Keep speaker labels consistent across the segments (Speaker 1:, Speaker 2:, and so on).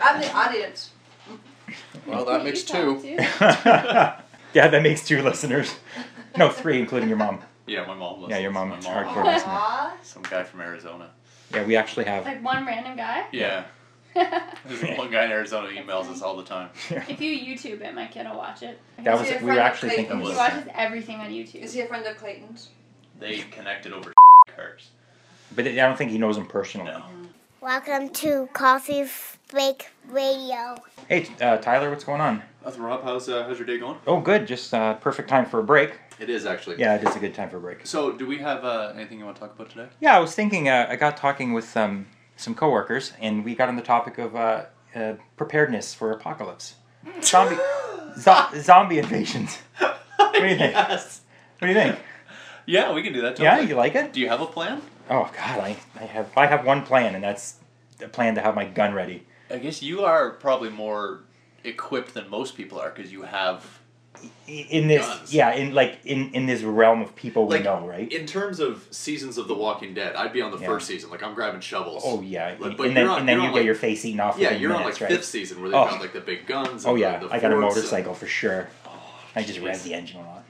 Speaker 1: I'm the audience.
Speaker 2: Well, that makes two.
Speaker 3: yeah, that makes two listeners. No, three, including your mom.
Speaker 4: Yeah, my mom listens.
Speaker 3: Yeah, your mom
Speaker 4: My
Speaker 3: is
Speaker 4: mom.
Speaker 3: hardcore listener.
Speaker 1: Aw.
Speaker 4: Some guy from Arizona.
Speaker 3: Yeah, we actually have.
Speaker 5: Like one random guy.
Speaker 4: Yeah. There's one guy in Arizona who emails us all the time.
Speaker 5: if you YouTube it, my kid will watch it.
Speaker 3: That was
Speaker 1: Is he a
Speaker 3: we were
Speaker 1: friend of
Speaker 3: actually thinking.
Speaker 4: Clayton's?
Speaker 5: He
Speaker 3: of-
Speaker 5: watches everything on YouTube.
Speaker 1: Is he a friend of Clayton's?
Speaker 4: They connected over cars.
Speaker 3: But I don't think he knows him personally.
Speaker 4: No.
Speaker 6: Welcome to Coffee Break Radio.
Speaker 3: Hey, uh, Tyler, what's going on?
Speaker 4: Nothing, Rob. How's uh, how's your day going?
Speaker 3: Oh, good. Just uh, perfect time for a break.
Speaker 4: It is actually.
Speaker 3: Yeah, it is a good time for a break.
Speaker 4: So, do we have uh, anything you want to talk about today?
Speaker 3: Yeah, I was thinking. Uh, I got talking with um, some coworkers, and we got on the topic of uh, uh, preparedness for apocalypse,
Speaker 5: Hmm.
Speaker 3: zombie, zo- zombie invasions. do you think?
Speaker 4: yes.
Speaker 3: What do you think?
Speaker 4: Yeah, we can do that.
Speaker 3: Yeah,
Speaker 4: Totally.
Speaker 3: you like it?
Speaker 4: Do you have a plan?
Speaker 3: Oh God, I, I have I have one plan, and that's a plan to have my gun ready.
Speaker 4: I guess you are probably more equipped than most people are because you have
Speaker 3: I- In this,
Speaker 4: Guns.
Speaker 3: yeah, in like in in this realm of people we
Speaker 4: Like,
Speaker 3: know, right?
Speaker 4: In terms of seasons of The Walking Dead, I'd be on the
Speaker 3: Yeah.
Speaker 4: first season. Like I'm grabbing shovels.
Speaker 3: oh yeah,
Speaker 4: Like, but
Speaker 3: and then
Speaker 4: you're on-
Speaker 3: and then you
Speaker 4: you're
Speaker 3: get
Speaker 4: on, like-
Speaker 3: your face eaten off.
Speaker 4: yeah,
Speaker 3: within
Speaker 4: you're on like
Speaker 3: minutes, right?
Speaker 4: fifth season where they
Speaker 3: Oh.
Speaker 4: got like the big guns. And
Speaker 3: Oh yeah,
Speaker 4: the, the
Speaker 3: I got a
Speaker 4: forks Oh, and-
Speaker 3: motorcycle for sure. I just rev
Speaker 4: jeez.
Speaker 3: the engine a lot.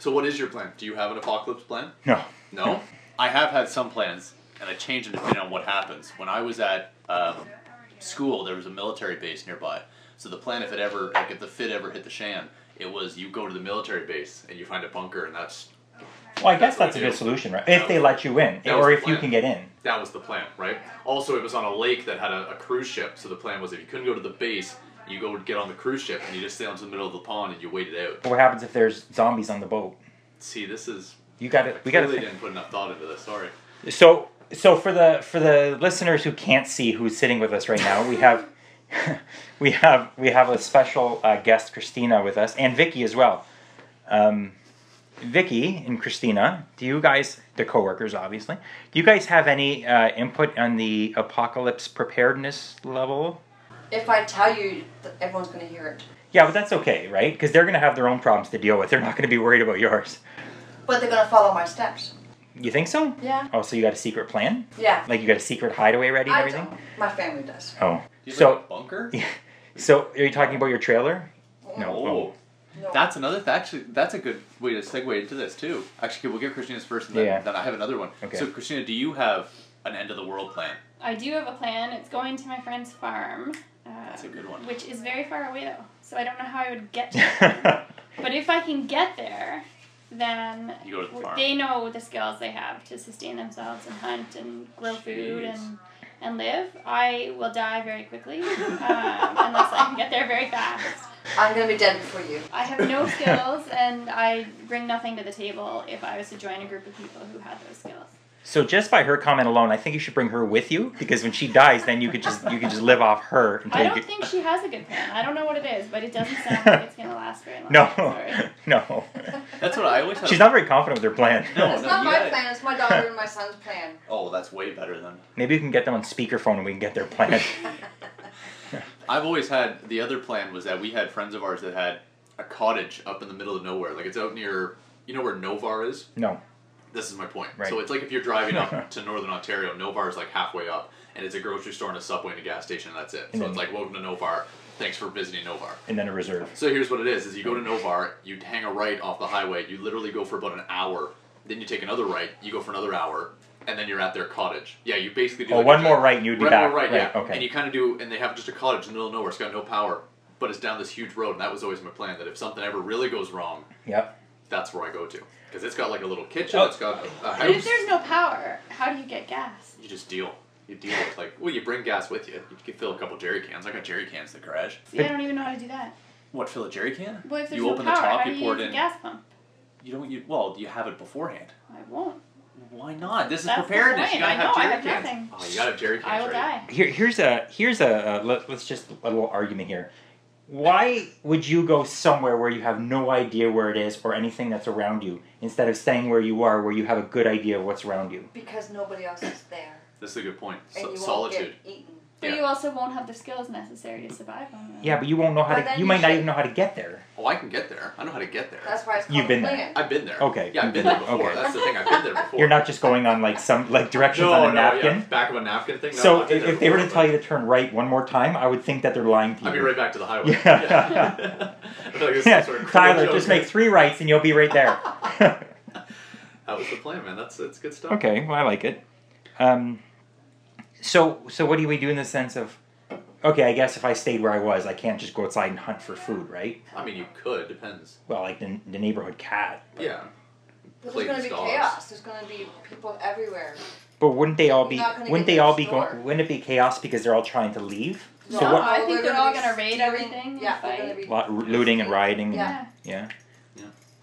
Speaker 4: So what is your plan? Do you have an apocalypse plan?
Speaker 3: No.
Speaker 4: No. I have had some plans, and I change them depending on what happens. When I was at um, school, there was a military base nearby. So the plan, if it ever, like if the fit ever hit the shan, it was you go to the military base and you find a bunker, and that's
Speaker 3: Well, I guess that's
Speaker 4: That's what
Speaker 3: a
Speaker 4: I
Speaker 3: good
Speaker 4: do.
Speaker 3: solution, right?
Speaker 4: That
Speaker 3: If they
Speaker 4: was-
Speaker 3: let you in,
Speaker 4: that was
Speaker 3: or
Speaker 4: the
Speaker 3: if you
Speaker 4: plan.
Speaker 3: can get in.
Speaker 4: That was the plan, right? Also, it was on a lake that had a, a cruise ship, so the plan was if you couldn't go to the base, you go get on the cruise ship and you just stay onto the middle of the pond and you wait it out.
Speaker 3: But what happens if there's zombies on the boat?
Speaker 4: See, this is
Speaker 3: You got to We got
Speaker 4: really
Speaker 3: to.
Speaker 4: didn't put enough thought into this. Sorry.
Speaker 3: So, so for the for the listeners who can't see who's sitting with us right now, we have. We have we have a special uh, guest, Christina, with us, and Vicky as well. Um, Vicky and Christina, do you guys, they're coworkers, obviously. Do you guys have any uh, input on the apocalypse preparedness level?
Speaker 1: If I tell you, th- everyone's gonna hear it.
Speaker 3: Yeah, but that's okay, right? Because they're going to have their own problems to deal with. They're not going to be worried about yours.
Speaker 1: But they're gonna follow my steps.
Speaker 3: You think so?
Speaker 1: Yeah.
Speaker 3: Oh, so you got a secret plan?
Speaker 1: Yeah.
Speaker 3: Like you got a secret hideaway ready and
Speaker 1: I
Speaker 3: everything?
Speaker 1: don't. My family does.
Speaker 3: Oh.
Speaker 4: Do you have like,
Speaker 3: So,
Speaker 4: a bunker?
Speaker 3: so are you talking about your trailer? No.
Speaker 4: Oh,
Speaker 1: No.
Speaker 4: that's another. Th- actually, that's a good way to segue into this too. Actually, we'll get Christina's first, and then,
Speaker 3: Yeah.
Speaker 4: then I have another one.
Speaker 3: Okay.
Speaker 4: So, Christina, do you have an end of the world plan?
Speaker 5: I do have a plan. It's going to my friend's farm. Uh,
Speaker 4: That's a good one.
Speaker 5: Which is very far away though, so I don't know how I would get to it.
Speaker 3: Oh.
Speaker 5: but if I can get there, then
Speaker 4: You go to the farm.
Speaker 5: they know the skills they have to sustain themselves and hunt and grow food
Speaker 4: Jeez.
Speaker 5: and and live. I will die very quickly um, unless I can get there very fast.
Speaker 1: I'm gonna be dead before you.
Speaker 5: I have no skills and I bring nothing to the table if I was to join a group of people who had those skills.
Speaker 3: so just by her comment alone, I think you should bring her with you because when she dies, then you could just you could just live off her until
Speaker 5: I
Speaker 3: you
Speaker 5: don't
Speaker 3: get-
Speaker 5: think she has a good plan. I don't know what it is, but it doesn't sound like it's going to last very long.
Speaker 3: No.
Speaker 5: Sorry.
Speaker 3: no.
Speaker 4: That's what I always. Have.
Speaker 3: She's not very confident with her plan.
Speaker 4: No,
Speaker 1: It's
Speaker 4: no,
Speaker 1: not
Speaker 4: you
Speaker 1: my
Speaker 4: gotta-
Speaker 1: plan. It's my daughter and my son's plan.
Speaker 4: Oh, that's way better than.
Speaker 3: Maybe we can get them on speakerphone and we can get their plan.
Speaker 4: I've always had the other plan was that we had friends of ours that had a cottage up in the middle of nowhere. Like it's out near you know where Novar is?
Speaker 3: no.
Speaker 4: This is my point.
Speaker 3: Right.
Speaker 4: So it's like if you're driving up to northern Ontario, Novar is like halfway up and it's a grocery store and a subway and a gas station and that's it.
Speaker 3: And
Speaker 4: so
Speaker 3: then-
Speaker 4: it's like welcome to Novar. Thanks for visiting Novar.
Speaker 3: And then a reserve.
Speaker 4: So here's what it is: is you go to Novar, you hang a right off the highway, you literally go for about an hour, then you take another right, you go for another hour, and then you're at their cottage. Yeah, you basically do.
Speaker 3: Oh,
Speaker 4: like a
Speaker 3: one
Speaker 4: gi-
Speaker 3: more right and you'd be
Speaker 4: One
Speaker 3: back.
Speaker 4: more right,
Speaker 3: Right,
Speaker 4: yeah.
Speaker 3: okay.
Speaker 4: And you kind of do, and they have just a cottage in the middle of nowhere. It's got no power, but it's down this huge road, and that was always my plan. That if something ever really goes wrong,
Speaker 3: Yep.
Speaker 4: that's where I go to, because it's got like a little kitchen,
Speaker 3: Oh.
Speaker 4: it's got a
Speaker 5: But if
Speaker 4: house.
Speaker 5: there's no power, how do you get gas?
Speaker 4: You just deal. You deal with like, well, you bring gas with you. You can fill a couple jerry cans. I got jerry cans in the garage.
Speaker 5: See, I don't even know how to do that.
Speaker 4: What fill a jerry can?
Speaker 5: Well, if there's
Speaker 4: you
Speaker 5: no
Speaker 4: open
Speaker 5: power,
Speaker 4: the top,
Speaker 5: how do
Speaker 4: you
Speaker 5: you
Speaker 4: pour
Speaker 5: use
Speaker 4: it
Speaker 5: a
Speaker 4: in.
Speaker 5: gas pump?
Speaker 4: You don't. You well, you have it beforehand.
Speaker 5: I won't.
Speaker 4: Why not? This is
Speaker 5: That's the
Speaker 4: preparedness.
Speaker 5: point.
Speaker 4: You gotta
Speaker 5: I
Speaker 4: have
Speaker 5: know, I
Speaker 4: jerry
Speaker 5: have
Speaker 4: cans.
Speaker 5: nothing.
Speaker 4: Oh, you gotta have jerry cans.
Speaker 5: I will
Speaker 4: ready.
Speaker 5: die.
Speaker 3: Here, here's a here's a uh, let, let's just a little argument here. Why would you go somewhere where you have no idea where it is or anything that's around you instead of staying where you are, where you have a good idea of what's around you?
Speaker 1: Because nobody else is there,
Speaker 4: That's a good point.
Speaker 1: and
Speaker 4: So,
Speaker 1: you won't
Speaker 4: solitude.
Speaker 1: get eaten.
Speaker 5: But
Speaker 4: Yeah.
Speaker 5: you also won't have the skills necessary to survive on that.
Speaker 3: Yeah, but you won't know how
Speaker 1: But
Speaker 3: to.
Speaker 1: then
Speaker 3: You
Speaker 1: you
Speaker 3: might not
Speaker 1: should-
Speaker 3: even know how to get there.
Speaker 4: Oh, I can get there. I know how to get there.
Speaker 1: That's why it's called
Speaker 3: You've been
Speaker 1: a
Speaker 3: there.
Speaker 1: plan.
Speaker 4: I've been there.
Speaker 3: Okay,
Speaker 4: Yeah, I've
Speaker 3: you've
Speaker 4: been
Speaker 3: been
Speaker 4: there
Speaker 3: there,
Speaker 4: before.
Speaker 3: okay.
Speaker 4: That's the thing. I've been there before.
Speaker 3: You're not just going on like some like directions
Speaker 4: no,
Speaker 3: on a
Speaker 4: no,
Speaker 3: napkin.
Speaker 4: Yeah, back of a napkin thing. No,
Speaker 3: So
Speaker 4: I've been
Speaker 3: if,
Speaker 4: there
Speaker 3: if they were to
Speaker 4: before,
Speaker 3: tell you to turn right one more time, I would think that they're lying to you.
Speaker 4: but I'd be right back to the highway.
Speaker 3: Yeah.
Speaker 4: I feel like it's some
Speaker 3: Yeah,
Speaker 4: sort of cruel
Speaker 3: Tyler,
Speaker 4: joke.
Speaker 3: just make three rights and you'll be right there.
Speaker 4: That was the plan, man. That's that's good stuff.
Speaker 3: okay, well I like it. Um, so so what do we do in the sense of? Okay, I guess if I stayed where I was, I can't just go outside and hunt for food, right?
Speaker 4: I mean, you could. Depends.
Speaker 3: Well, like the, the neighborhood cat.
Speaker 4: Yeah.
Speaker 1: But
Speaker 4: Play
Speaker 1: there's going to
Speaker 4: these
Speaker 1: be
Speaker 4: dogs.
Speaker 1: chaos. There's going to be people everywhere.
Speaker 3: But wouldn't they all be?
Speaker 1: You're not gonna
Speaker 3: Wouldn't
Speaker 1: get
Speaker 3: they all
Speaker 1: next
Speaker 3: be
Speaker 1: door.
Speaker 3: going? Wouldn't it be chaos because they're all trying to leave?
Speaker 5: No,
Speaker 3: So what?
Speaker 5: I think
Speaker 1: we're
Speaker 5: they're
Speaker 1: gonna
Speaker 5: all
Speaker 1: be
Speaker 5: gonna raid
Speaker 1: stealing-
Speaker 5: everything and
Speaker 1: Yeah, they're gonna
Speaker 5: fight.
Speaker 1: be.
Speaker 3: Lot, looting and rioting.
Speaker 1: Yeah.
Speaker 3: And, yeah.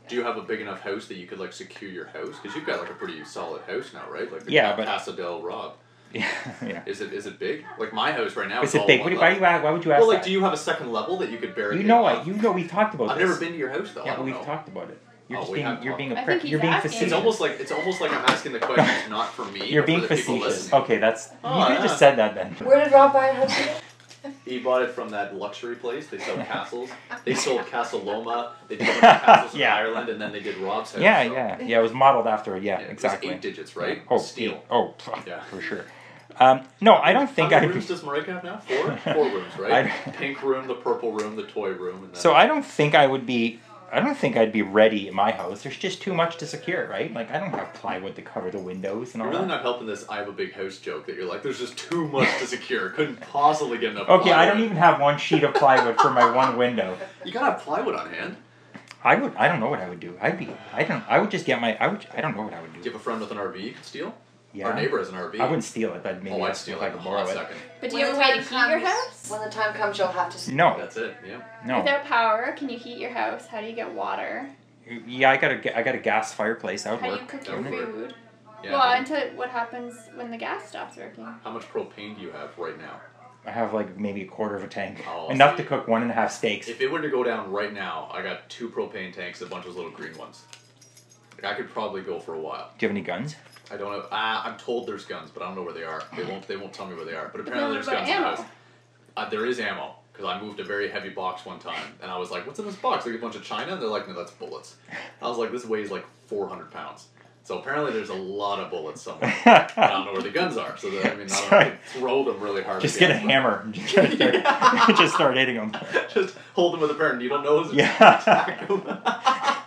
Speaker 4: Do you have a big enough house that you could like secure your house? Because you've got like a pretty solid house now, right? Like the
Speaker 3: Yeah, but-
Speaker 4: Casa del Rob.
Speaker 3: Yeah. yeah.
Speaker 4: Is it is it big? Like my house right now
Speaker 3: Is
Speaker 4: is
Speaker 3: it
Speaker 4: all
Speaker 3: big? What,
Speaker 4: One
Speaker 3: do- why,
Speaker 4: level.
Speaker 3: why, why would you ask
Speaker 4: well, like,
Speaker 3: that?
Speaker 4: do you have a second level that you could barricade?
Speaker 3: You know
Speaker 4: off?
Speaker 3: it. You know we've talked about
Speaker 4: I've
Speaker 3: this.
Speaker 4: never been to your house though. I
Speaker 3: Yeah, but
Speaker 4: don't
Speaker 3: we've
Speaker 4: know.
Speaker 3: talked about it. You're
Speaker 4: Oh,
Speaker 3: just
Speaker 4: we
Speaker 3: being
Speaker 4: have
Speaker 3: you're being a
Speaker 5: I
Speaker 3: prick.
Speaker 5: think he's
Speaker 3: You're being
Speaker 5: asking.
Speaker 3: facetious.
Speaker 4: It's almost like it's almost like I'm asking the question not for me.
Speaker 3: you're
Speaker 4: but
Speaker 3: being
Speaker 4: for the people
Speaker 3: facetious.
Speaker 4: listening.
Speaker 3: Okay, that's
Speaker 4: Oh,
Speaker 3: you could
Speaker 4: yeah.
Speaker 3: have
Speaker 5: uh,
Speaker 3: just said that then.
Speaker 1: Where did Rob buy a house? again?
Speaker 4: He bought it from that luxury place. They sold castles. They sold Castle Loma. They did a bunch of castles in
Speaker 3: Yeah.
Speaker 4: Ireland, and then they did Rob's house.
Speaker 3: Yeah,
Speaker 4: so-
Speaker 3: yeah, yeah. It was modeled after. Yeah,
Speaker 4: it was
Speaker 3: exactly.
Speaker 4: eight digits, right?
Speaker 3: Oh,
Speaker 4: Steel.
Speaker 3: Oh, pff,
Speaker 4: Yeah.
Speaker 3: for sure. Um, no, I don't think
Speaker 4: How
Speaker 3: I.
Speaker 4: many rooms does Marika have now? Four. Four rooms, right?
Speaker 3: I-
Speaker 4: Pink room, the purple room, the toy room, and then
Speaker 3: So I don't think I would be. I don't think I'd be ready in my house. There's just too much to secure, right? Like I don't have plywood to cover the windows and all
Speaker 4: You're really
Speaker 3: that.
Speaker 4: not helping this I have a big house joke that you're like, there's just too much to secure. Couldn't possibly get enough
Speaker 3: Okay, I don't
Speaker 4: plywood."
Speaker 3: even have one sheet of plywood for my one window.
Speaker 4: You gotta have plywood on hand.
Speaker 3: I would. I don't know what I would do. I'd be. I don't. I would just get my. I would. I don't know what I would
Speaker 4: Do
Speaker 3: do.
Speaker 4: you have a friend with an RV you could steal?
Speaker 3: Yeah.
Speaker 4: Our neighbor has an RV.
Speaker 3: I wouldn't steal it. I'd maybe
Speaker 4: Oh, I'd
Speaker 3: ask
Speaker 4: steal
Speaker 3: if I
Speaker 4: it in
Speaker 3: could
Speaker 4: a
Speaker 3: borrow
Speaker 4: hot
Speaker 3: it.
Speaker 4: second.
Speaker 5: But do you
Speaker 1: When
Speaker 5: have
Speaker 1: the
Speaker 5: a way to
Speaker 1: time
Speaker 5: heat your
Speaker 1: comes-
Speaker 5: house?
Speaker 1: When the time comes, you'll have to. s-
Speaker 3: No,
Speaker 4: That's it, yeah.
Speaker 3: no.
Speaker 5: Without power, can you heat your house? How do you get water?
Speaker 3: Yeah, I got a. ga- I got a gas fireplace. That would
Speaker 5: How do
Speaker 3: work.
Speaker 5: you cook
Speaker 4: That
Speaker 5: your
Speaker 4: would work.
Speaker 5: food?
Speaker 4: yeah.
Speaker 5: Well, until what happens when the gas stops working?
Speaker 4: How much propane do you have right now?
Speaker 3: I have like maybe a quarter of a tank,
Speaker 4: Oh,
Speaker 3: enough
Speaker 4: see.
Speaker 3: to cook one and a half steaks.
Speaker 4: If it were to go down right now, I got two propane tanks, a bunch of those little green ones. Like, I could probably go for a while.
Speaker 3: Do you have any guns?
Speaker 4: I don't know. Ah, I'm told there's guns, but I don't know where they are. They won't. They won't tell me where they are. But apparently
Speaker 5: then
Speaker 4: there's
Speaker 5: what
Speaker 4: guns
Speaker 5: about
Speaker 4: in the
Speaker 5: ammo?
Speaker 4: house. Uh, there is ammo because I moved a very heavy box one time, and I was like, "What's in this box?" Like a bunch of china. And they're like, "No, that's bullets." I was like, "This weighs like 400 pounds." So apparently there's a lot of bullets somewhere. I don't know where the guns are. So that, I mean, I don't know, I
Speaker 3: Sorry.
Speaker 4: could throw them really hard.
Speaker 3: Just get
Speaker 4: at the
Speaker 3: a
Speaker 4: end,
Speaker 3: hammer and just start, just start hitting them.
Speaker 4: but- Just hold them with a pair of needle nose. And
Speaker 3: Yeah.
Speaker 4: attack 'em.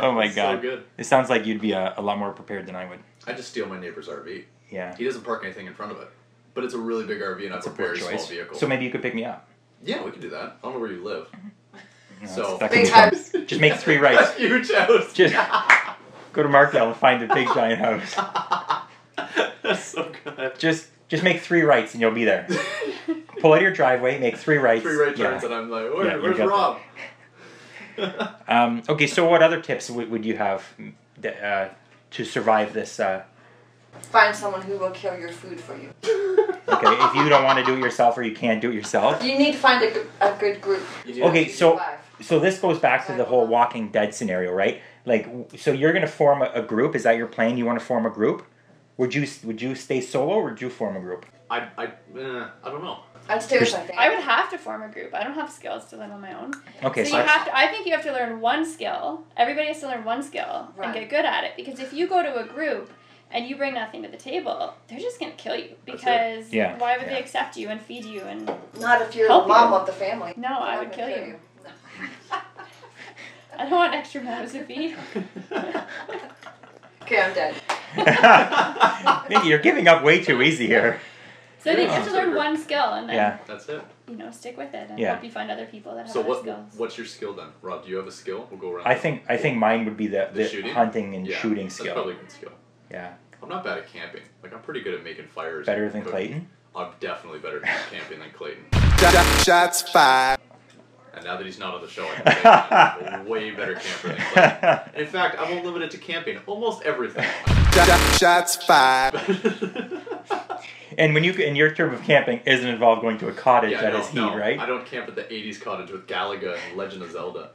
Speaker 3: Oh my
Speaker 4: It's so
Speaker 3: god.
Speaker 4: good.
Speaker 3: It sounds like you'd be uh, a, a lot more prepared than I would.
Speaker 4: I just steal my neighbor's RV.
Speaker 3: Yeah.
Speaker 4: He doesn't park anything in front of it, but it's a really big RV, and
Speaker 3: That's
Speaker 4: I
Speaker 3: a
Speaker 4: have a
Speaker 3: poor
Speaker 4: very small
Speaker 3: choice.
Speaker 4: vehicle.
Speaker 3: So maybe you could pick me up.
Speaker 4: yeah, we could do that. I don't know where you live.
Speaker 3: No,
Speaker 4: So-
Speaker 3: that's- that could
Speaker 1: Big
Speaker 3: be fun.
Speaker 1: house.
Speaker 3: Just make three rights.
Speaker 4: huge house.
Speaker 3: Just go to Markdale and find a big giant house.
Speaker 4: That's so good.
Speaker 3: Just just make three rights and you'll be there. Pull out of your driveway, make three rights.
Speaker 4: Three right
Speaker 3: Yeah.
Speaker 4: turns, and I'm like, Where,
Speaker 3: Yeah, you
Speaker 4: where's
Speaker 3: got
Speaker 4: Rob?
Speaker 3: Um, okay, so what other tips would, would you have mm, that, uh, to survive this? Uh,
Speaker 1: Find someone who will kill your food for you.
Speaker 3: okay, if you don't want to do it yourself or you can't do it yourself.
Speaker 1: You need to find a, g- a good group.
Speaker 4: You need
Speaker 3: Okay,
Speaker 1: to
Speaker 3: so
Speaker 1: survive.
Speaker 3: so this goes back to the whole Walking Dead scenario, right? Like, w- so you're gonna form a, a group. Is that your plan? You want to form a group? Would you s- would you stay solo or would you form a group?
Speaker 4: I, I, uh, I don't know.
Speaker 1: I'd stay with something.
Speaker 5: I would have to form a group. I don't have skills to live on my own.
Speaker 3: Okay,
Speaker 5: so,
Speaker 3: so
Speaker 5: you have to. I think you have to learn one skill. Everybody has to learn one skill
Speaker 1: Right.
Speaker 5: and get good at it. Because if you go to a group and you bring nothing to the table, they're just gonna kill you.
Speaker 4: That's it.
Speaker 5: Because
Speaker 3: Yeah,
Speaker 5: why would
Speaker 3: yeah.
Speaker 5: they accept you and feed you? And
Speaker 1: Not if you're
Speaker 5: Help
Speaker 1: the mom
Speaker 5: you.
Speaker 1: of the family.
Speaker 5: no, I
Speaker 1: They're
Speaker 5: would
Speaker 1: not
Speaker 5: kill
Speaker 1: gonna
Speaker 5: you. I don't want extra mouths to feed.
Speaker 1: Okay, I'm dead.
Speaker 3: Mindy, you're giving up way too easy here.
Speaker 5: So I think you have to
Speaker 4: Yeah.
Speaker 5: learn one skill and then
Speaker 3: Yeah.
Speaker 4: That's it.
Speaker 5: you know stick with it and
Speaker 3: Yeah.
Speaker 5: hope you find other people that have
Speaker 4: So
Speaker 5: other
Speaker 4: what,
Speaker 5: skills.
Speaker 4: what's your skill then, Rob? Do you have a skill? We'll go around.
Speaker 3: I think I think mine would be the,
Speaker 4: The
Speaker 3: the,
Speaker 4: shooting?
Speaker 3: hunting and
Speaker 4: yeah,
Speaker 3: shooting
Speaker 4: That's
Speaker 3: skill.
Speaker 4: probably a good skill.
Speaker 3: yeah,
Speaker 4: I'm not bad at camping. Like I'm pretty good at making fires.
Speaker 3: better
Speaker 4: and
Speaker 3: than
Speaker 4: cooking.
Speaker 3: Clayton.
Speaker 4: I'm definitely better at camping than Clayton.
Speaker 2: Shots fired.
Speaker 4: And now that he's not on the show, I can say that I'm a way better camper than Clayton. In fact, I won't limit it to camping. Almost everything.
Speaker 2: Shots fired.
Speaker 3: and when you and your term of camping isn't involved going to a cottage
Speaker 4: Yeah,
Speaker 3: that
Speaker 4: no,
Speaker 3: is heat,
Speaker 4: no,
Speaker 3: right?
Speaker 4: I don't camp at the 80s cottage with Galaga and Legend of Zelda.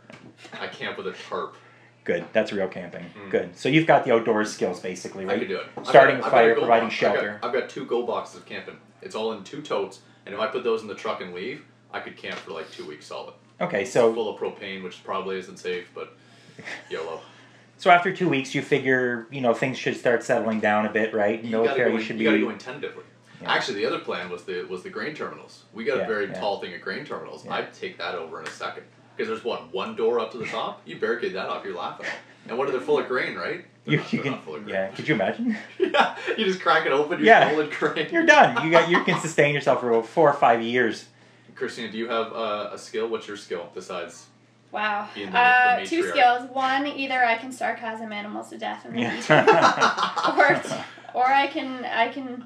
Speaker 4: I camp with a tarp.
Speaker 3: Good. That's real camping. Good. So you've got the outdoors skills basically, right?
Speaker 4: Mm. I could do it. I've
Speaker 3: Starting
Speaker 4: got-
Speaker 3: a
Speaker 4: I've got
Speaker 3: fire,
Speaker 4: gold
Speaker 3: providing
Speaker 4: box. I've got-
Speaker 3: shelter.
Speaker 4: I've got, two gold boxes of camping. It's It's all in two totes, and if I put those in the truck and leave, I could camp for like two weeks solid.
Speaker 3: Okay, so
Speaker 4: Full of propane, which probably isn't safe, but YOLO.
Speaker 3: so after two weeks, you figure you know things should start settling down a bit, right?
Speaker 4: You gotta
Speaker 3: Military
Speaker 4: go in-
Speaker 3: should
Speaker 4: you
Speaker 3: be.
Speaker 4: gotta go in tentatively.
Speaker 3: Yeah.
Speaker 4: Actually, the other plan was the was the grain terminals. We got
Speaker 3: Yeah,
Speaker 4: a very
Speaker 3: yeah.
Speaker 4: tall thing of grain terminals.
Speaker 3: Yeah.
Speaker 4: I'd take that over in a second because there's what one door up to the top. You barricade that off, you're laughing. And what are they full of grain, right? They're
Speaker 3: you,
Speaker 4: not-
Speaker 3: you
Speaker 4: they're
Speaker 3: can,
Speaker 4: not full of
Speaker 3: yeah.
Speaker 4: grain.
Speaker 3: Could you imagine?
Speaker 4: Yeah, you just crack it open. You're
Speaker 3: Yeah.
Speaker 4: full of grain.
Speaker 3: You're done. You got you can sustain yourself for about four or five years.
Speaker 4: Christina, do you have uh, a skill? What's your skill besides?
Speaker 5: Wow.
Speaker 4: Being the-
Speaker 5: Uh,
Speaker 4: the
Speaker 5: two
Speaker 4: matriarch.
Speaker 5: skills. One, either I can sarcasm animals to death and they eat them,
Speaker 3: Yeah.
Speaker 5: or, or I can I can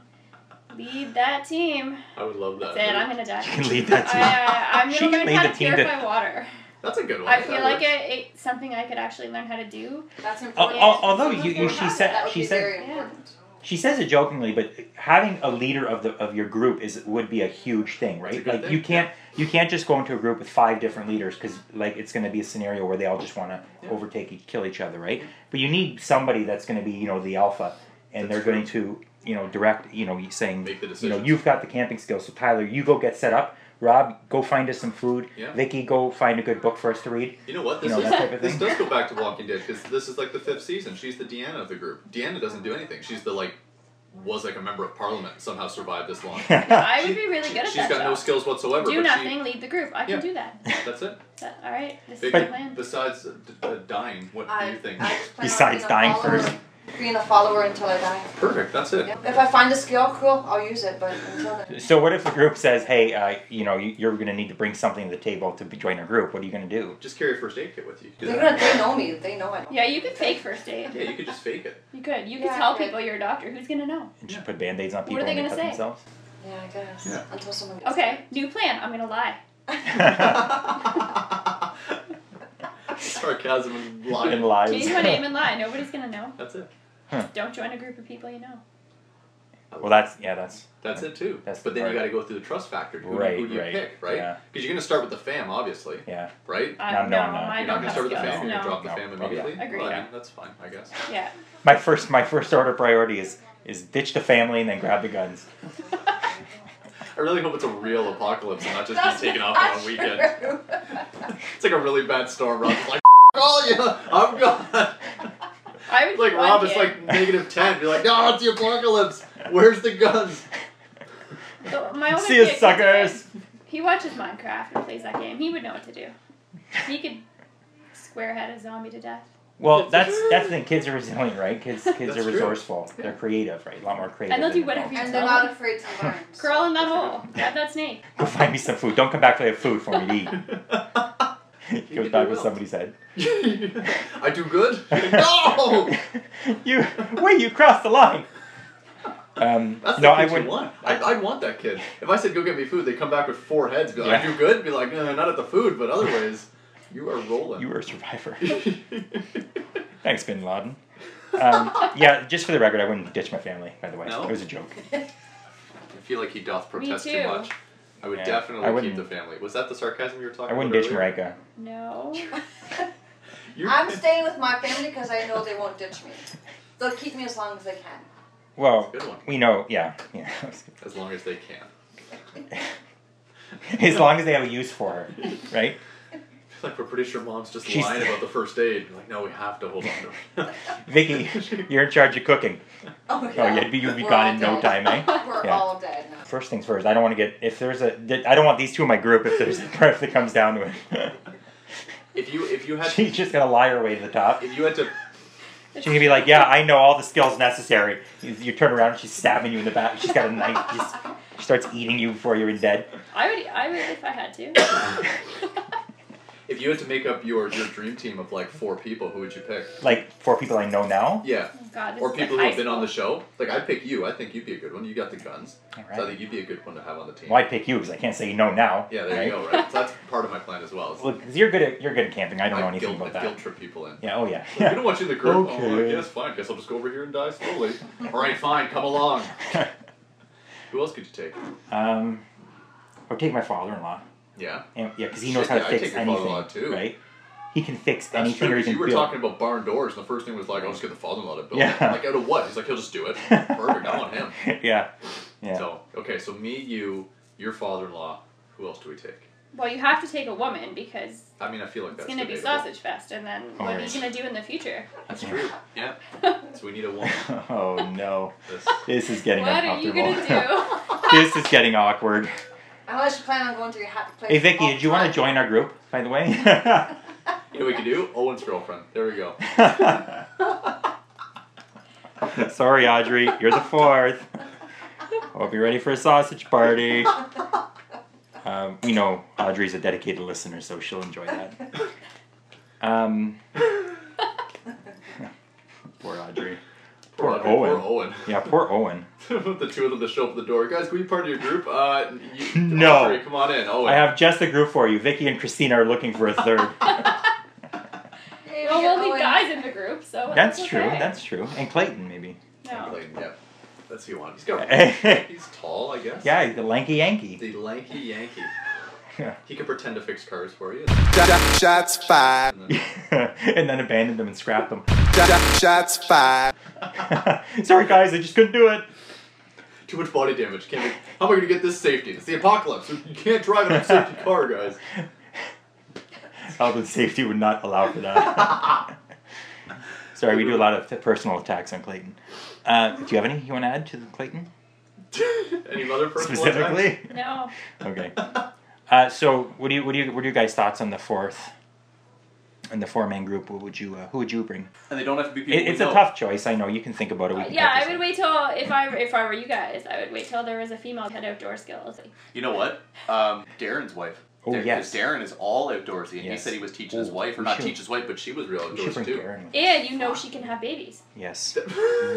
Speaker 5: lead that team.
Speaker 4: I would love that.
Speaker 5: That's it. I'm gonna die.
Speaker 3: you can lead that
Speaker 5: I,
Speaker 3: team.
Speaker 5: uh, I'm
Speaker 3: She
Speaker 5: gonna
Speaker 3: can
Speaker 5: learn
Speaker 3: lead
Speaker 5: how
Speaker 3: the
Speaker 5: to
Speaker 3: team to-
Speaker 5: purify water.
Speaker 4: That's a good one.
Speaker 5: I feel
Speaker 4: That
Speaker 5: like
Speaker 4: works.
Speaker 5: it, it's something I could actually learn how to do.
Speaker 1: That's important.
Speaker 3: al- although
Speaker 1: Someone
Speaker 3: you- you-
Speaker 1: will
Speaker 3: she
Speaker 1: have it.
Speaker 3: said-
Speaker 1: That would
Speaker 3: she
Speaker 1: be
Speaker 3: said-
Speaker 1: very
Speaker 5: Yeah.
Speaker 1: important.
Speaker 3: She says it jokingly, but having a leader of the of your group is would be a huge thing,
Speaker 4: It's a
Speaker 3: right?
Speaker 4: good
Speaker 3: Like
Speaker 4: thing.
Speaker 3: you can't you can't just go into a group with five different leaders because like it's going to be a scenario where they all just want to overtake each, kill each other, right? But you need somebody that's going to be you know the alpha, and
Speaker 4: That's
Speaker 3: they're going to you know direct you know saying
Speaker 4: Make
Speaker 3: you
Speaker 4: the
Speaker 3: know
Speaker 4: decisions.
Speaker 3: you've got the camping skills, so Tyler you go get set up, Rob go find us some food,
Speaker 4: Yeah.
Speaker 3: Vicky go find a good book for us to read.
Speaker 4: You know what?
Speaker 3: you
Speaker 4: This,
Speaker 3: know,
Speaker 4: is,
Speaker 3: that type of
Speaker 4: this
Speaker 3: thing.
Speaker 4: does go back to Walking Dead because this is like the fifth season. She's the Deanna of the group. Deanna doesn't do anything. She's the like was like a member of parliament somehow survived this long.
Speaker 5: I
Speaker 4: She-
Speaker 5: would be really good at
Speaker 4: She's
Speaker 5: that
Speaker 4: got
Speaker 5: job.
Speaker 4: no skills whatsoever.
Speaker 5: do
Speaker 4: but
Speaker 5: nothing, lead the group. I can
Speaker 4: Yeah.
Speaker 5: do that.
Speaker 4: She, that's it.
Speaker 5: That- all right, this is
Speaker 4: Big-
Speaker 5: my plan.
Speaker 4: besides uh, d- uh, dying, what do
Speaker 1: I,
Speaker 4: you think?
Speaker 1: I just plan on
Speaker 3: Besides
Speaker 1: being a
Speaker 3: dying
Speaker 1: follower-
Speaker 3: first.
Speaker 1: Being a follower until I die.
Speaker 4: Perfect. That's it.
Speaker 1: Yeah. If I find a skill, cool, I'll use it, but until then.
Speaker 3: So what if the group says, "Hey, uh, you know, you- you're going to need to bring something to the table to be- join our group. What are you going to do?"
Speaker 4: Just carry a first aid kit with you. You
Speaker 1: They're
Speaker 4: could do that.
Speaker 1: gonna, they know me, they know I don't.
Speaker 5: Yeah, you could fake first aid.
Speaker 4: Yeah, you could just fake it.
Speaker 5: You could. You could
Speaker 1: Yeah, I
Speaker 5: tell
Speaker 1: could.
Speaker 5: people you're a doctor. Who's gonna know?
Speaker 3: And just put band-aids on people
Speaker 5: are they
Speaker 3: and they
Speaker 5: gonna
Speaker 3: cut
Speaker 5: say?
Speaker 3: themselves.
Speaker 1: Yeah, I guess.
Speaker 4: Yeah.
Speaker 1: Until someone gets
Speaker 5: Okay, new plan. I'm gonna lie.
Speaker 4: Sarcasm and
Speaker 3: In
Speaker 4: lying.
Speaker 3: lives.
Speaker 5: Change my name and lie. Nobody's gonna know.
Speaker 4: That's it.
Speaker 5: Don't join a group of people you know.
Speaker 3: well, that's yeah, that's
Speaker 4: That's it too.
Speaker 3: That's
Speaker 4: but
Speaker 3: the
Speaker 4: then you got
Speaker 3: part.
Speaker 4: to go through the trust factor. Who, do-
Speaker 3: Right,
Speaker 4: who do you
Speaker 3: right,
Speaker 4: pick, right?
Speaker 3: yeah.
Speaker 4: Because you're going to start with the fam, obviously,
Speaker 3: yeah.
Speaker 4: right?
Speaker 5: I
Speaker 3: No,
Speaker 5: no,
Speaker 3: no, no.
Speaker 5: I don't
Speaker 4: you're not going to
Speaker 5: have
Speaker 4: start with the
Speaker 5: skills.
Speaker 4: fam. You're going
Speaker 5: no.
Speaker 4: to drop the
Speaker 3: No,
Speaker 4: fam
Speaker 3: probably
Speaker 4: immediately.
Speaker 5: not. Agreed.
Speaker 4: Well, I mean,
Speaker 3: Oh, Yeah.
Speaker 4: that's fine, I guess.
Speaker 5: Yeah.
Speaker 3: My first my first order priority is is ditch the family and then grab the guns.
Speaker 4: I really hope it's a real apocalypse and not just
Speaker 1: That's
Speaker 4: be taken off
Speaker 1: not
Speaker 4: on a weekend.
Speaker 1: true.
Speaker 4: It's like a really bad storm. Rob's like, call you. I'm gone.
Speaker 5: I would
Speaker 4: It's like
Speaker 5: be one
Speaker 4: Rob, it's
Speaker 5: kid.
Speaker 4: like negative ten. You're like, no, it's the apocalypse. Where's the guns?
Speaker 5: So Oh, my older
Speaker 3: See
Speaker 5: kid
Speaker 3: you,
Speaker 5: could do it.
Speaker 3: suckers.
Speaker 5: He watches Minecraft and plays that game. He would know what to do. He could square head a zombie to death.
Speaker 3: Well, that's that's the thing. Kids are resilient, right? Kids kids
Speaker 4: That's
Speaker 3: are
Speaker 4: true.
Speaker 3: resourceful. They're creative, right? A lot more creative.
Speaker 5: And they'll
Speaker 3: than
Speaker 5: do whatever
Speaker 3: adults.
Speaker 1: And they're not afraid to learn. so-
Speaker 5: Crawl in that hole. Grab that snake.
Speaker 3: Go find me some food. Don't come back till I have food for me to eat.
Speaker 4: You
Speaker 3: Goes
Speaker 4: do
Speaker 3: back with
Speaker 4: well.
Speaker 3: somebody's head.
Speaker 4: I do good. no.
Speaker 3: you wait, you crossed the line. Um,
Speaker 4: That's the
Speaker 3: no, I
Speaker 4: kid
Speaker 3: would.
Speaker 4: you want. I, I'd want that kid. If I said go get me food, they come back with four heads. Be like,
Speaker 3: Yeah.
Speaker 4: I do good. Be like, no, not at the food, but otherwise, you are rolling.
Speaker 3: You were a survivor. Thanks, Bin Laden. Um, yeah, just for the record, I wouldn't ditch my family. By the way,
Speaker 4: No?
Speaker 3: it was a joke.
Speaker 4: I feel like he doth protest
Speaker 5: too.
Speaker 4: too much. I would
Speaker 3: Yeah.
Speaker 4: definitely
Speaker 3: I
Speaker 4: keep
Speaker 3: wouldn't-
Speaker 4: the family. Was that the sarcasm you were talking
Speaker 3: I wouldn't
Speaker 4: about?
Speaker 3: ditch
Speaker 4: earlier?
Speaker 3: Marika.
Speaker 5: No.
Speaker 4: You-
Speaker 1: I'm staying with my family because I know they won't ditch me. They'll keep me as long as they can.
Speaker 3: Well,
Speaker 4: Good one.
Speaker 3: we know. Yeah, yeah.
Speaker 4: As long as they can.
Speaker 3: as long as they have a use for her, right?
Speaker 4: I feel like we're pretty sure mom's just
Speaker 3: She's-
Speaker 4: lying about the first aid. We're like, no, we have to hold on to it.
Speaker 3: Vicky, you're in charge of cooking.
Speaker 1: Oh,
Speaker 3: Oh, yeah, you'd be, you'd be
Speaker 1: We're
Speaker 3: gone
Speaker 1: all
Speaker 3: in no
Speaker 1: dead.
Speaker 3: time, eh?
Speaker 1: We're
Speaker 3: Yeah.
Speaker 1: all dead now.
Speaker 3: First things first. I don't want to get if there's a. I don't want these two in my group if there's if it comes down to it.
Speaker 4: if you if you had
Speaker 3: She's just gonna lie her way to the top.
Speaker 4: if you had to
Speaker 3: She's gonna be like, "Yeah, I know all the skills necessary." You, you turn around, and she's stabbing you in the back. She's got a knife. She's, she starts eating you before you're in bed.
Speaker 5: I would. I would if I had to.
Speaker 4: if you had to make up your your dream team of like four people, who would you pick?
Speaker 3: Like four people I know now.
Speaker 4: Yeah.
Speaker 5: God, this
Speaker 4: Or
Speaker 5: is
Speaker 4: people who
Speaker 5: like
Speaker 4: have been on the
Speaker 5: show.
Speaker 4: show. Like I pick you. I think you'd be a good one. You got the guns.
Speaker 3: All
Speaker 4: So I
Speaker 3: right.
Speaker 4: think you'd be a good one to have on the team.
Speaker 3: Well, I pick you because I can't say no now.
Speaker 4: Yeah, there
Speaker 3: right?
Speaker 4: you go. Right. So that's part of my plan as well. is
Speaker 3: Look, 'cause you're good at you're good at camping. I don't know
Speaker 4: I
Speaker 3: anything
Speaker 4: guilt,
Speaker 3: about
Speaker 4: I
Speaker 3: that.
Speaker 4: guilt trip people in.
Speaker 3: Yeah. Oh yeah.
Speaker 4: We don't want you in the group. Oh,
Speaker 3: Okay.
Speaker 4: like, yes, fine. Guess I'll just go over here and die slowly. All right, fine. Come along. Who else could you take?
Speaker 3: um, or take my father-in-law.
Speaker 4: Yeah.
Speaker 3: And, yeah, because he knows
Speaker 4: Shit,
Speaker 3: how to
Speaker 4: yeah, I'd
Speaker 3: fix
Speaker 4: take your
Speaker 3: anything.
Speaker 4: father-in-law, too.
Speaker 3: Right. He can fix
Speaker 4: That's
Speaker 3: anything,
Speaker 4: true,
Speaker 3: or he
Speaker 4: 'cause
Speaker 3: can
Speaker 4: you were
Speaker 3: build.
Speaker 4: talking about barn doors, and the first thing was like, I'll just get the father-in-law to build.
Speaker 3: Yeah.
Speaker 4: it. Like, out of what? He's like, he'll just do it. Perfect. I want him.
Speaker 3: yeah. Yeah.
Speaker 4: So okay, so me, you, your father-in-law. Who else do we take?
Speaker 5: Well, you have to take a woman because
Speaker 4: I mean, I feel like
Speaker 5: it's
Speaker 4: that's
Speaker 5: going to be
Speaker 4: debatable.
Speaker 5: sausage fest, and then
Speaker 3: Oh,
Speaker 5: what are
Speaker 3: yes.
Speaker 5: you going to do in the future?
Speaker 4: That's true. Yeah. So we need a woman.
Speaker 3: oh no,
Speaker 4: This,
Speaker 3: this is getting
Speaker 5: what are you
Speaker 3: uncomfortable.
Speaker 5: going to do?
Speaker 3: this is getting awkward.
Speaker 1: Unless you plan on going to your happy place.
Speaker 3: Hey Vicky,
Speaker 1: all
Speaker 3: did you want to
Speaker 1: the
Speaker 3: join our group? By the way.
Speaker 4: you know, what we could do Owen's girlfriend. There we go.
Speaker 3: Sorry, Audrey, you're the fourth. Hope you're ready for a sausage party. Um, you know, Audrey's a dedicated listener, so she'll enjoy that. Um, poor Audrey. Poor Owen.
Speaker 4: Poor Owen.
Speaker 3: Yeah, poor Owen.
Speaker 4: the two of them to show up at the door. Guys, can we be part of your group? Uh, you,
Speaker 3: No.
Speaker 4: Audrey, come on in. Owen.
Speaker 3: I have just the group for you. Vicky and Christina are looking for a third.
Speaker 1: time. Yeah,
Speaker 5: well, we'll
Speaker 1: Owen.
Speaker 5: be guys in the group, so
Speaker 3: That's
Speaker 5: okay.
Speaker 3: true. That's true. And Clayton, maybe.
Speaker 5: no.
Speaker 4: Clayton, yeah. That's who you want. He's got.
Speaker 3: yeah,
Speaker 4: He's tall, I guess.
Speaker 3: the lanky Yankee.
Speaker 4: The lanky Yankee.
Speaker 3: Yeah.
Speaker 4: He could pretend to fix cars for you.
Speaker 2: Shots fired.
Speaker 4: And then,
Speaker 3: and then abandon them and scrap them.
Speaker 2: Shots fired.
Speaker 3: Sorry, guys, I just couldn't do it.
Speaker 4: too much body damage. Can't. Make, how am I gonna get this safety? It's the apocalypse. You can't drive an unsafety car, guys.
Speaker 3: Health and safety would not allow for that. Sorry, we do a lot of personal attacks on Clayton. Uh, do you have any you want to add to the Clayton
Speaker 4: Any other person
Speaker 3: specifically?
Speaker 5: No.
Speaker 3: Okay. Uh, so, what do you what do you what are your guys' thoughts on the fourth and the four man group? What would you uh, who would you bring?
Speaker 4: And they don't have to be people.
Speaker 3: It,
Speaker 4: we
Speaker 3: it's a
Speaker 4: know.
Speaker 3: tough choice. I know you can think about it. We can
Speaker 5: Uh, Yeah,
Speaker 3: cut this
Speaker 5: I would
Speaker 3: out.
Speaker 5: wait till if I if I were you guys, I would wait till there was a female head outdoor skills.
Speaker 4: You know what? Um, Darren's wife.
Speaker 3: Oh,
Speaker 4: Dar-
Speaker 3: yes.
Speaker 4: Darren is all outdoorsy, and he
Speaker 3: Yes.
Speaker 4: said he was teaching his
Speaker 3: Oh,
Speaker 4: wife, or
Speaker 3: we
Speaker 4: not
Speaker 3: should-
Speaker 4: teach his wife, but she was real
Speaker 3: We should
Speaker 4: outdoorsy
Speaker 3: bring
Speaker 4: too.
Speaker 3: Darren with.
Speaker 5: And you know she can have babies.
Speaker 3: Yes.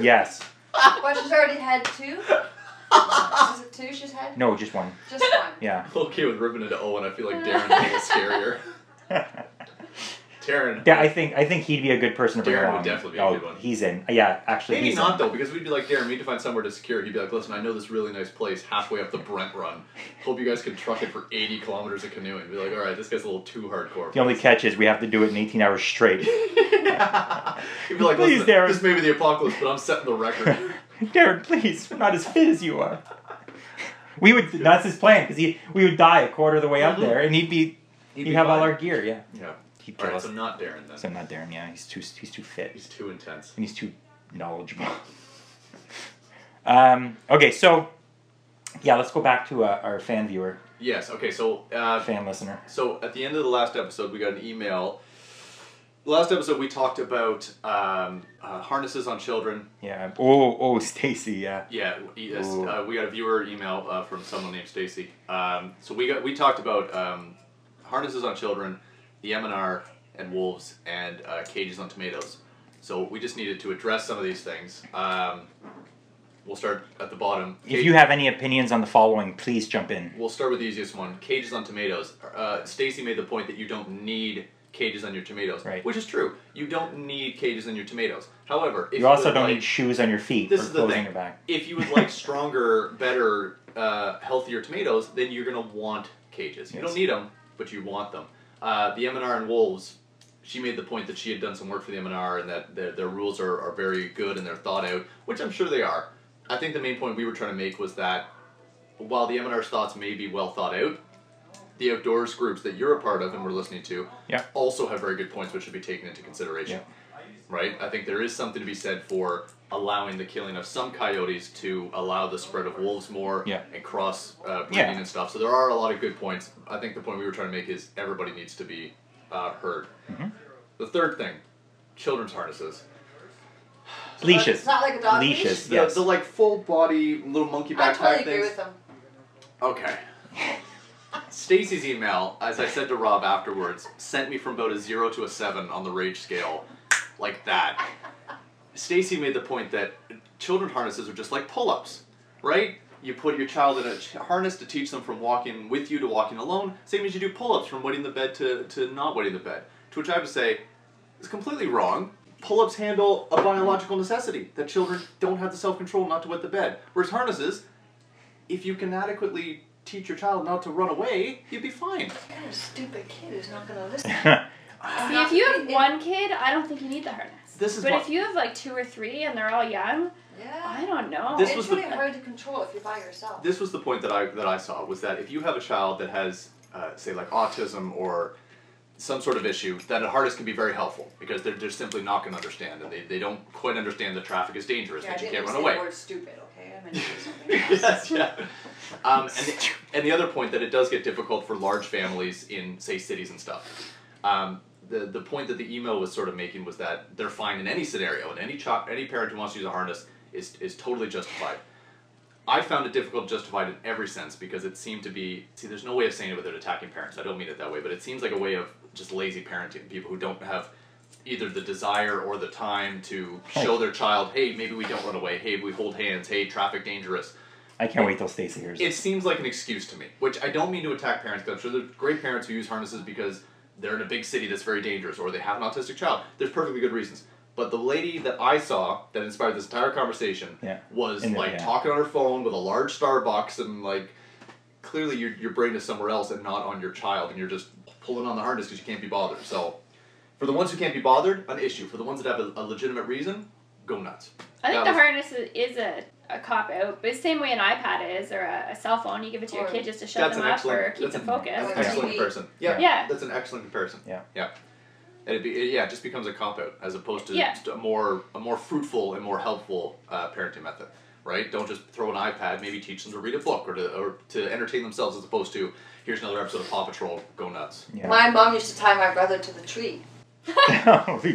Speaker 3: yes.
Speaker 1: Well, she's already had two. Is it two she's had?
Speaker 3: No, just one.
Speaker 1: Just one.
Speaker 3: Yeah.
Speaker 4: Okay, with ripping into Owen, I feel like Darren's a little scarier. Darren.
Speaker 3: Yeah, I think I think he'd be a good person to bring
Speaker 4: Darren would
Speaker 3: along.
Speaker 4: definitely be a
Speaker 3: oh,
Speaker 4: good one.
Speaker 3: he's in. Yeah, actually,
Speaker 4: Maybe
Speaker 3: he's
Speaker 4: not
Speaker 3: in.
Speaker 4: though, because we'd be like, Darren, we need to find somewhere to secure. He'd be like, listen, I know this really nice place halfway up the Brent Run. Hope you guys can truck it for 80 kilometers of canoeing. Be like, all right, this guy's a little too hardcore.
Speaker 3: The only catch is we have to do it in 18 hours straight.
Speaker 4: He'd be like,
Speaker 3: Please,
Speaker 4: listen,
Speaker 3: Darren.
Speaker 4: this may be the apocalypse, but I'm setting the record.
Speaker 3: Darren, please, we're not as fit as you are. We would. That's his plan because he we would die a quarter of the way up there, and he'd be he'd,
Speaker 4: be
Speaker 3: have all
Speaker 4: fine.
Speaker 3: our gear. Yeah,
Speaker 4: Yeah.
Speaker 3: he'd
Speaker 4: All
Speaker 3: kill
Speaker 4: right,
Speaker 3: us.
Speaker 4: so
Speaker 3: So,
Speaker 4: not Darren then.
Speaker 3: not Darren. Yeah, he's too he's too fit
Speaker 4: He's too intense.
Speaker 3: and he's too knowledgeable. um. Okay. So, yeah, let's go back to uh, our fan viewer,
Speaker 4: Yes. Okay. So uh,
Speaker 3: fan listener.
Speaker 4: so at the end of the last episode, we got an email. Last episode, we talked about um, uh, harnesses on children.
Speaker 3: Yeah. Oh, oh, Stacy. Yeah.
Speaker 4: Yeah, yes,
Speaker 3: Ooh.
Speaker 4: uh, we got a viewer email uh, from someone named Stacy. Um, so we got we talked about um, harnesses on children, the M and R and wolves, and uh, cages on tomatoes. So we just needed to address some of these things. Um, we'll start at the bottom.
Speaker 3: If you have any opinions on the following, please jump in.
Speaker 4: We'll start with the easiest one: cages on tomatoes. Uh, Stacy made the point that you don't need cages on your tomatoes,
Speaker 3: Right.
Speaker 4: which is true. You don't need cages on your tomatoes. However, if
Speaker 3: You also
Speaker 4: would
Speaker 3: don't
Speaker 4: like-
Speaker 3: need shoes on your feet
Speaker 4: this
Speaker 3: or
Speaker 4: is the
Speaker 3: clothes
Speaker 4: thing.
Speaker 3: on your back.
Speaker 4: If you would like stronger, better, uh, healthier tomatoes, then you're gonna want cages. You
Speaker 3: Yes.
Speaker 4: don't need them, but you want them. Uh, the M and R and Wolves. She made the point that she had done some work for the M and R and that their, their rules are, are very good and they're thought out, which I'm sure they are. I think the main point we were trying to make was that while the M and R's thoughts may be well thought out, the outdoors groups that you're a part of and we're listening to
Speaker 3: Yeah.
Speaker 4: also have very good points which should be taken into consideration. Right? I think there is something to be said for allowing the killing of some coyotes to allow the spread of wolves more
Speaker 3: Yeah.
Speaker 4: and cross uh, breeding
Speaker 3: Yeah.
Speaker 4: and stuff. So there are a lot of good points. I think the point we were trying to make is everybody needs to be uh, heard.
Speaker 3: Mm-hmm.
Speaker 4: The third thing, children's harnesses.
Speaker 3: Leashes.
Speaker 1: It's not like a dog
Speaker 3: Leashes.
Speaker 1: leash.
Speaker 4: The,
Speaker 3: Yes.
Speaker 4: the like full body little monkey
Speaker 1: I
Speaker 4: backpack
Speaker 1: totally agree
Speaker 4: things.
Speaker 1: with them.
Speaker 4: Okay. Stacy's email, as I said to Rob afterwards, sent me from about a zero to a seven on the rage scale, like that. Stacy made the point that children harnesses are just like pull-ups, right? You put your child in a ch- harness to teach them from walking with you to walking alone, same as you do pull-ups from wetting the bed to, to not wetting the bed. To which I have to say, it's completely wrong. Pull-ups handle a biological necessity that children don't have the self-control not to wet the bed, whereas harnesses if you can adequately teach your child not to run away, you'd be fine.
Speaker 1: Kind of stupid kid who's not gonna listen.
Speaker 5: See, if you have one kid, I don't think you need the harness.
Speaker 4: This is
Speaker 5: but
Speaker 4: what-
Speaker 5: if you have like two or three and they're all young, I
Speaker 1: Yeah.
Speaker 5: don't know.
Speaker 4: This
Speaker 1: it's
Speaker 4: was the-
Speaker 1: really hard to control if you're by yourself.
Speaker 4: This was the point that I that I saw was that if you have a child that has, uh, say, like autism or some sort of issue, then a hardest can be very helpful because they're, they're simply not going to understand and they, they don't quite understand that traffic is dangerous
Speaker 1: yeah, I
Speaker 4: that you
Speaker 1: didn't
Speaker 4: can't
Speaker 1: even
Speaker 4: run
Speaker 1: say
Speaker 4: away.
Speaker 1: the word stupid, okay? I meant to say something else.
Speaker 4: yes, yeah. Um, and, the, and the other point that it does get difficult for large families in, say, cities and stuff. Um, the, the point that the email was sort of making was that they're fine in any scenario, and any child, any parent who wants to use a harness is, is totally justified. I found it difficult to justify it in every sense because it seemed to be see. There's no way of saying it without attacking parents. I don't mean it that way, but it seems like a way of just lazy parenting. People who don't have either the desire or the time to show their child, hey, maybe we don't run away. Hey, we hold hands. Hey, traffic dangerous
Speaker 3: I can't wait till Stacy hears
Speaker 4: it
Speaker 3: it.
Speaker 4: seems like an excuse to me, which I don't mean to attack parents because I'm sure there's great parents who use harnesses because they're in a big city that's very dangerous or they have an autistic child. There's perfectly good reasons. But the lady that I saw that inspired this entire conversation
Speaker 3: Yeah.
Speaker 4: was
Speaker 3: And,
Speaker 4: like
Speaker 3: yeah.
Speaker 4: talking on her phone with a large Starbucks and like clearly your, your brain is somewhere else and not on your child and you're just pulling on the harness because you can't be bothered. So for the ones who can't be bothered, an issue. For the ones that have a, a legitimate reason, go nuts.
Speaker 5: I think
Speaker 4: That
Speaker 5: the
Speaker 4: was-
Speaker 5: harness is, is a, a cop out, but the same way an iPad is or a, a cell phone, you give it to your
Speaker 1: Or-
Speaker 5: kid just to shut
Speaker 4: That's
Speaker 5: them
Speaker 4: an
Speaker 5: up or
Speaker 4: excellent-
Speaker 5: keep
Speaker 4: that's
Speaker 5: them
Speaker 4: an
Speaker 5: focused.
Speaker 1: Yeah.
Speaker 4: Excellent
Speaker 1: TV.
Speaker 4: person. Yeah.
Speaker 5: Yeah.
Speaker 4: That's an excellent comparison.
Speaker 3: Yeah.
Speaker 4: Yeah. And it be it, yeah, it just becomes a cop out as opposed to
Speaker 5: Yeah.
Speaker 4: just a more a more fruitful and more helpful uh, parenting method, right? Don't just throw an iPad. Maybe teach them to read a book or to or to entertain themselves as opposed to here's another episode of Paw Patrol. Go nuts.
Speaker 3: Yeah.
Speaker 1: My mom used to tie my brother to the tree.
Speaker 3: oh,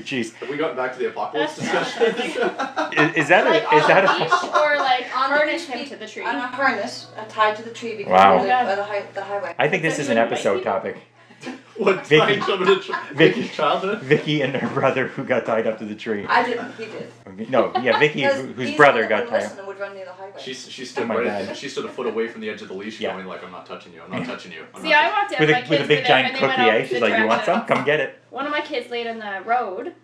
Speaker 3: jeez.
Speaker 4: Have we gotten back to the apocalypse
Speaker 5: That's-
Speaker 4: discussion?
Speaker 3: Is, is that a,
Speaker 5: Like oh,
Speaker 3: is
Speaker 5: on
Speaker 3: that
Speaker 5: a
Speaker 3: a,
Speaker 5: leash or like
Speaker 1: On a
Speaker 5: harness
Speaker 1: leash,
Speaker 5: him to the tree.
Speaker 1: On a harness uh, tied to the tree because
Speaker 3: Wow.
Speaker 1: we
Speaker 5: Yeah.
Speaker 1: live by the, hi- the highway.
Speaker 3: I think this is an episode topic.
Speaker 4: what
Speaker 3: Vicky.
Speaker 4: time some of the chi-
Speaker 3: Vicky.
Speaker 4: Vicky's childhood?
Speaker 3: Vicky and her brother who got tied up to the tree.
Speaker 1: I didn't. He did.
Speaker 3: No, yeah, Vicky,
Speaker 1: Because
Speaker 3: who, whose
Speaker 1: he's the
Speaker 3: brother
Speaker 1: one that
Speaker 3: got
Speaker 1: would
Speaker 3: tied
Speaker 1: listen
Speaker 3: up.
Speaker 1: and would run near the highway.
Speaker 4: She s- she stood
Speaker 3: Oh my
Speaker 4: right,
Speaker 3: God.
Speaker 4: she stood a foot away from the edge of the leash,
Speaker 3: Yeah.
Speaker 4: going like, "I'm not touching you. I'm not touching you." I'm
Speaker 5: See,
Speaker 4: not
Speaker 5: I walked in
Speaker 3: With
Speaker 5: my
Speaker 3: a,
Speaker 5: kids
Speaker 3: with a
Speaker 5: were
Speaker 3: big
Speaker 5: there,
Speaker 3: giant
Speaker 5: and they went
Speaker 3: cookie,
Speaker 5: off
Speaker 3: eh?
Speaker 5: the
Speaker 3: She's like, you want
Speaker 5: direction-
Speaker 3: some? Come get it.
Speaker 5: One of my kids laid on the road,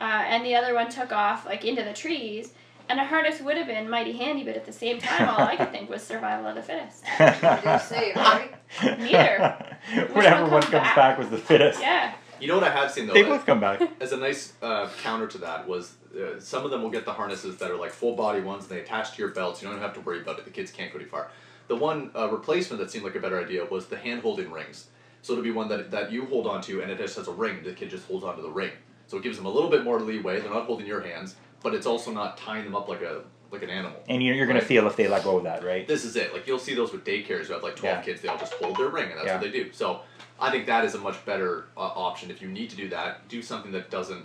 Speaker 5: uh, and the other one took off like into the trees. And a harness would have been mighty handy, but at the same time, all I could think was survival of the fittest.
Speaker 1: Didn't save, right?
Speaker 5: Neither.
Speaker 3: Whatever one
Speaker 5: comes
Speaker 3: comes
Speaker 5: back?
Speaker 3: back was the fittest.
Speaker 5: Yeah,
Speaker 4: touching you." You know what I have seen though?
Speaker 3: They
Speaker 4: that-
Speaker 3: both come back.
Speaker 4: as a nice uh, counter to that was uh, some of them will get the harnesses that are like full body ones and they attach to your belts you don't have to worry about it the kids can't go too far the one uh, replacement that seemed like a better idea was the hand holding rings so it'll be one that, that you hold onto and it just has a ring the kid just holds onto the ring so it gives them a little bit more leeway they're not holding your hands but it's also not tying them up like a like an animal
Speaker 3: And you're, you're going to
Speaker 4: Right.
Speaker 3: feel if they let go of that, right?
Speaker 4: this is it. Like you'll see those with daycares who have like twelve
Speaker 3: Yeah.
Speaker 4: kids. They all just hold their ring, and that's
Speaker 3: Yeah.
Speaker 4: what they do. So I think that is a much better uh, option if you need to do that. Do something that doesn't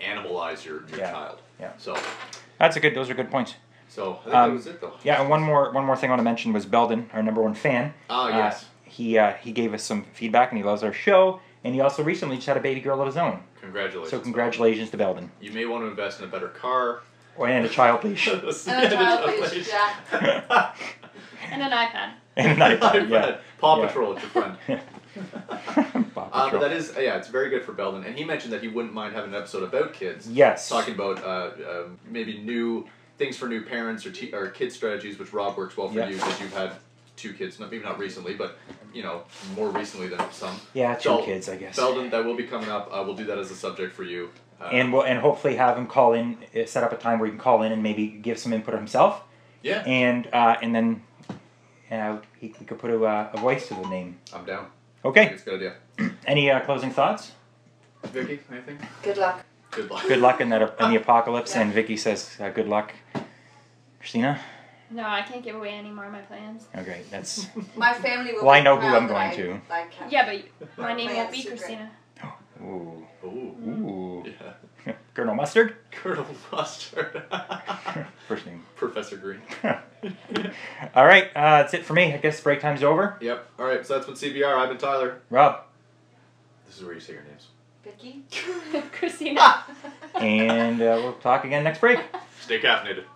Speaker 4: animalize your, your
Speaker 3: Yeah.
Speaker 4: child.
Speaker 3: Yeah.
Speaker 4: So
Speaker 3: That's a good, those are good points.
Speaker 4: so I think that
Speaker 3: Um,
Speaker 4: was it though.
Speaker 3: Yeah, and one more one more thing I want to mention was Belden, our number one fan.
Speaker 4: Ah, yes.
Speaker 3: Uh, he uh, he gave us some feedback and he loves our show. And he also recently just had a baby girl of his own.
Speaker 4: Congratulations.
Speaker 3: So congratulations to Belden
Speaker 4: You may want to invest in a better car.
Speaker 3: Oh, and a child leash
Speaker 4: and
Speaker 1: And a child leash. Yeah.
Speaker 5: and an iPad.
Speaker 3: and an iPad. Yeah.
Speaker 4: Paw
Speaker 3: Yeah.
Speaker 4: Patrol, it's your friend.
Speaker 3: Paw
Speaker 4: Uh, but
Speaker 3: Patrol.
Speaker 4: that is, yeah, it's very good for Belden. And he mentioned that he wouldn't mind having an episode about kids.
Speaker 3: Yes.
Speaker 4: Talking about uh, um, maybe new things for new parents or, te- or kid strategies, which Rob works well for
Speaker 3: Yeah.
Speaker 4: you because you've had two kids, not, maybe not recently, but, you know, more recently than some.
Speaker 3: Yeah, two
Speaker 4: So,
Speaker 3: kids, I guess.
Speaker 4: Belden, that will be coming up. Uh, we'll do that as a subject for you. Uh,
Speaker 3: and we'll and hopefully have him call in, uh, set up a time where he can call in and maybe give some input himself,
Speaker 4: yeah,
Speaker 3: and uh, and then uh, he, we could put a, uh, a voice to the name.
Speaker 4: I'm down. I think
Speaker 3: Okay.
Speaker 4: it's a good idea.
Speaker 3: Any uh, closing thoughts?
Speaker 4: Vicky, anything?
Speaker 1: Good luck.
Speaker 4: Good luck.
Speaker 3: Good luck in that in the apocalypse. And Vicky says, uh, "Good luck, Christina."
Speaker 5: No, I can't give away any more of my plans.
Speaker 3: Okay, that's
Speaker 1: My family will.
Speaker 3: Well, I
Speaker 1: be
Speaker 3: know who
Speaker 1: proud
Speaker 3: I'm
Speaker 1: that
Speaker 3: going
Speaker 1: I-
Speaker 3: to.
Speaker 1: I kept-
Speaker 5: Yeah, but my name
Speaker 1: My
Speaker 5: won't be
Speaker 1: secret.
Speaker 5: Christina.
Speaker 3: ooh
Speaker 4: Ooh.
Speaker 3: ooh.
Speaker 4: Yeah.
Speaker 3: Colonel Mustard,
Speaker 4: Colonel Mustard.
Speaker 3: first name.
Speaker 4: Professor Green.
Speaker 3: All right, uh, that's it for me. I guess break time's over.
Speaker 4: Yep. All right. So that's been CBR. I've been Tyler.
Speaker 3: Rob
Speaker 4: This is where you say your names.
Speaker 1: Vicky.
Speaker 5: Christina.
Speaker 3: and uh, we'll talk again next break.
Speaker 4: Stay caffeinated.